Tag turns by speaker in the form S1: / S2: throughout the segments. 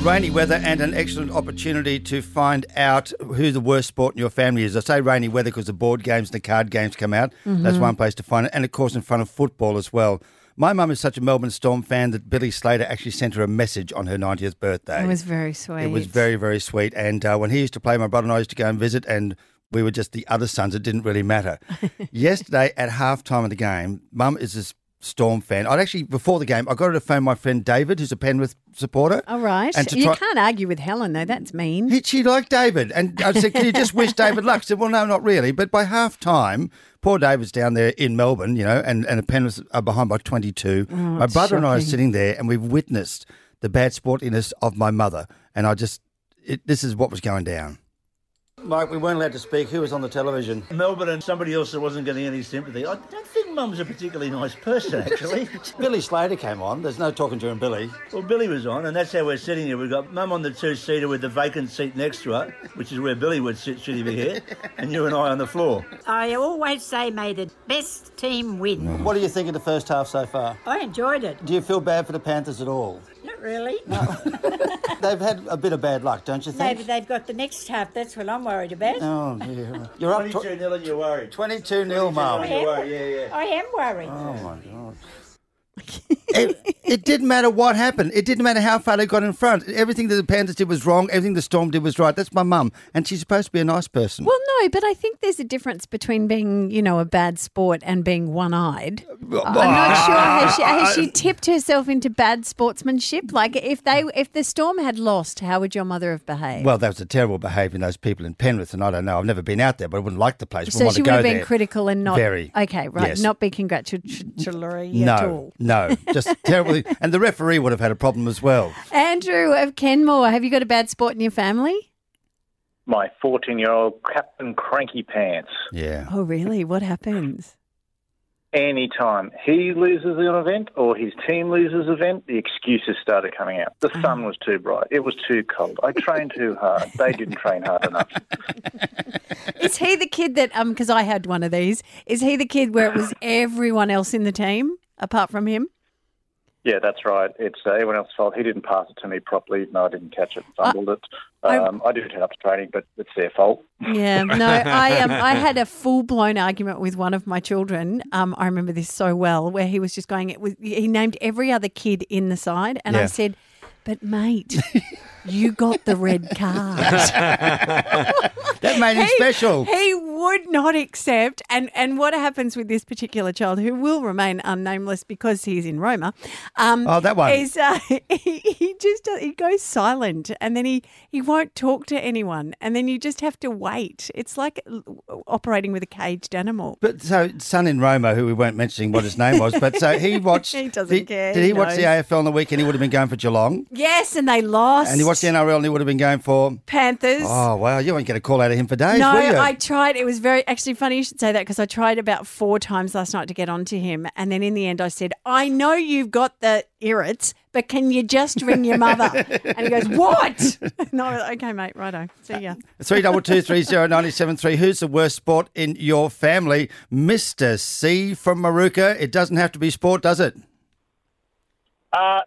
S1: rainy weather and an excellent opportunity to find out who the worst sport in your family is. I say rainy weather because the board games and the card games come out.
S2: Mm-hmm.
S1: That's one place to find it. And of course, in front of football as well. My mum is such a Melbourne Storm fan that Billy Slater actually sent her a message on her 90th birthday.
S2: It was very sweet.
S1: It was very, very sweet. And uh, when he used to play, my brother and I used to go and visit, and we were just the other sons. It didn't really matter. Yesterday at halftime of the game, Mum is this Storm fan. I'd actually, before the game, I got her to phone my friend David, who's a Penrith supporter.
S2: All right.
S1: And to
S2: you
S1: try-
S2: can't argue with Helen, though. That's mean.
S1: He, she liked David. And I said, Can you just wish David luck? She said, Well, no, not really. But by half time, poor David's down there in Melbourne, you know, and, and the Penrith are behind by 22. my brother and I are sitting there and we've witnessed the bad sportiness of my mother. And I just, it, this is what was going down. Mike, we weren't allowed to speak. Who was on the television?
S3: Melbourne and somebody else that wasn't getting any sympathy. I don't think Mum's a particularly nice person, actually.
S1: Billy Slater came on. There's no talking to him, Billy.
S3: well, Billy was on, and that's how we're sitting here. We've got Mum on the two-seater with the vacant seat next to her, which is where Billy would sit should he be here, and you and I on the floor.
S4: I always say may the best team win.
S1: What do you think of the first half so far?
S4: I enjoyed it.
S1: Do you feel bad for the Panthers at all?
S4: Not really.
S1: They've had a bit of bad luck, don't you
S4: Maybe they've got the next half. That's what I'm worried about.
S1: Oh, yeah. You're up tw-
S3: 22 nil and you're worried.
S1: 22 nil,
S4: I
S1: Mum.
S4: am,
S3: are, yeah, yeah.
S4: I am worried.
S1: It, it didn't matter what happened. It didn't matter how far they got in front. Everything that the Panthers did was wrong. Everything the Storm did was right. That's my mum. And she's supposed to be a nice person.
S2: Well, no, but I think there's a difference between being, you know, a bad sport and being one eyed. I'm
S1: Ah.
S2: not sure has she, has she tipped herself into bad sportsmanship. Like if they if the storm had lost, how would your mother have behaved?
S1: Well, that was a terrible behaviour in those people in Penrith, and I don't know. I've never been out there, but I wouldn't like the place.
S2: so
S1: wouldn't want
S2: she
S1: to
S2: would
S1: go
S2: have been
S1: there.
S2: critical and not
S1: Very.
S2: okay, right?
S1: Yes.
S2: Not be congratulatory at all.
S1: No, no, just terribly. And the referee would have had a problem as well.
S2: Andrew of Kenmore, have you got a bad sport in your family?
S5: my 14 year old Captain Cranky Pants.
S1: Yeah.
S2: Oh, really? What happens?
S5: Anytime he loses an event or his team loses an event, the excuses started coming out. The sun was too bright. It was too cold. I trained too hard. They didn't train hard enough.
S2: Is he the kid that um? Because I had one of these. Is he the kid where it was everyone else in the team apart from him?
S5: Yeah, that's right. It's uh, everyone else's fault. He didn't pass it to me properly. No, I didn't catch it. Fumbled it.
S2: I-
S5: Um, I did turn up to training, but it's their fault.
S2: Yeah, no, I um, I had a full blown argument with one of my children. Um, I remember this so well, where he was just going. It was he named every other kid in the side, and I
S1: Yeah.
S2: said, "But mate, you got the red card."
S1: That made him special.
S2: He would not accept. And and what happens with this particular child, who will remain unnameless because he's in Roma? Um,
S1: Oh, that one.
S2: Is uh, he, he just he goes silent, and then he he won't talk to anyone, and then you just have to wait. It's like operating with a caged animal.
S1: But so, son in Roma, who we weren't mentioning what his name was, but so he watched.
S2: He doesn't
S1: the-
S2: care,
S1: Did he
S2: he
S1: watch the
S2: knows.
S1: AFL on the weekend? He would have been going for Geelong.
S2: Yes, and they lost.
S1: And he watched the NRL and he would have been going for.
S2: Panthers.
S1: Oh, wow. You won't get a call out of him for days,
S2: No,
S1: will you?
S2: I tried. It was very actually funny you should say that because I tried about four times last night to get onto him, and then in the end I said, "I know you've got the irrits, but can you just ring your mother?" and he goes, "What?" No, okay, mate, righto. See ya.
S1: Three double two three zero ninety seven three. Who's the worst sport in your family, Mister C from Maruka? It doesn't have to be sport, does it?
S6: Uh,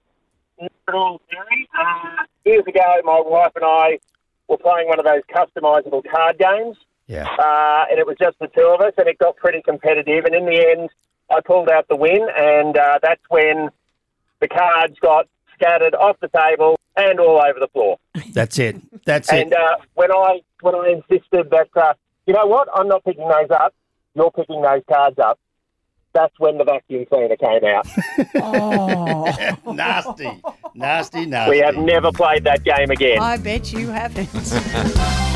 S6: not at all, Gary. Uh, years ago, my wife and I were playing one of those customisable card games,
S1: Yeah.
S6: uh, and it was just the two of us, and it got pretty competitive. And in the end, I pulled out the win, and uh, that's when the cards got scattered off the table and all over the floor.
S1: That's it. That's
S6: And
S1: it.
S6: uh, when I when I insisted that uh, you know what, I'm not picking those up, you're picking those cards up. That's when the vacuum cleaner came out.
S1: nasty, nasty, nasty.
S6: We have never played that game again.
S2: I bet you haven't.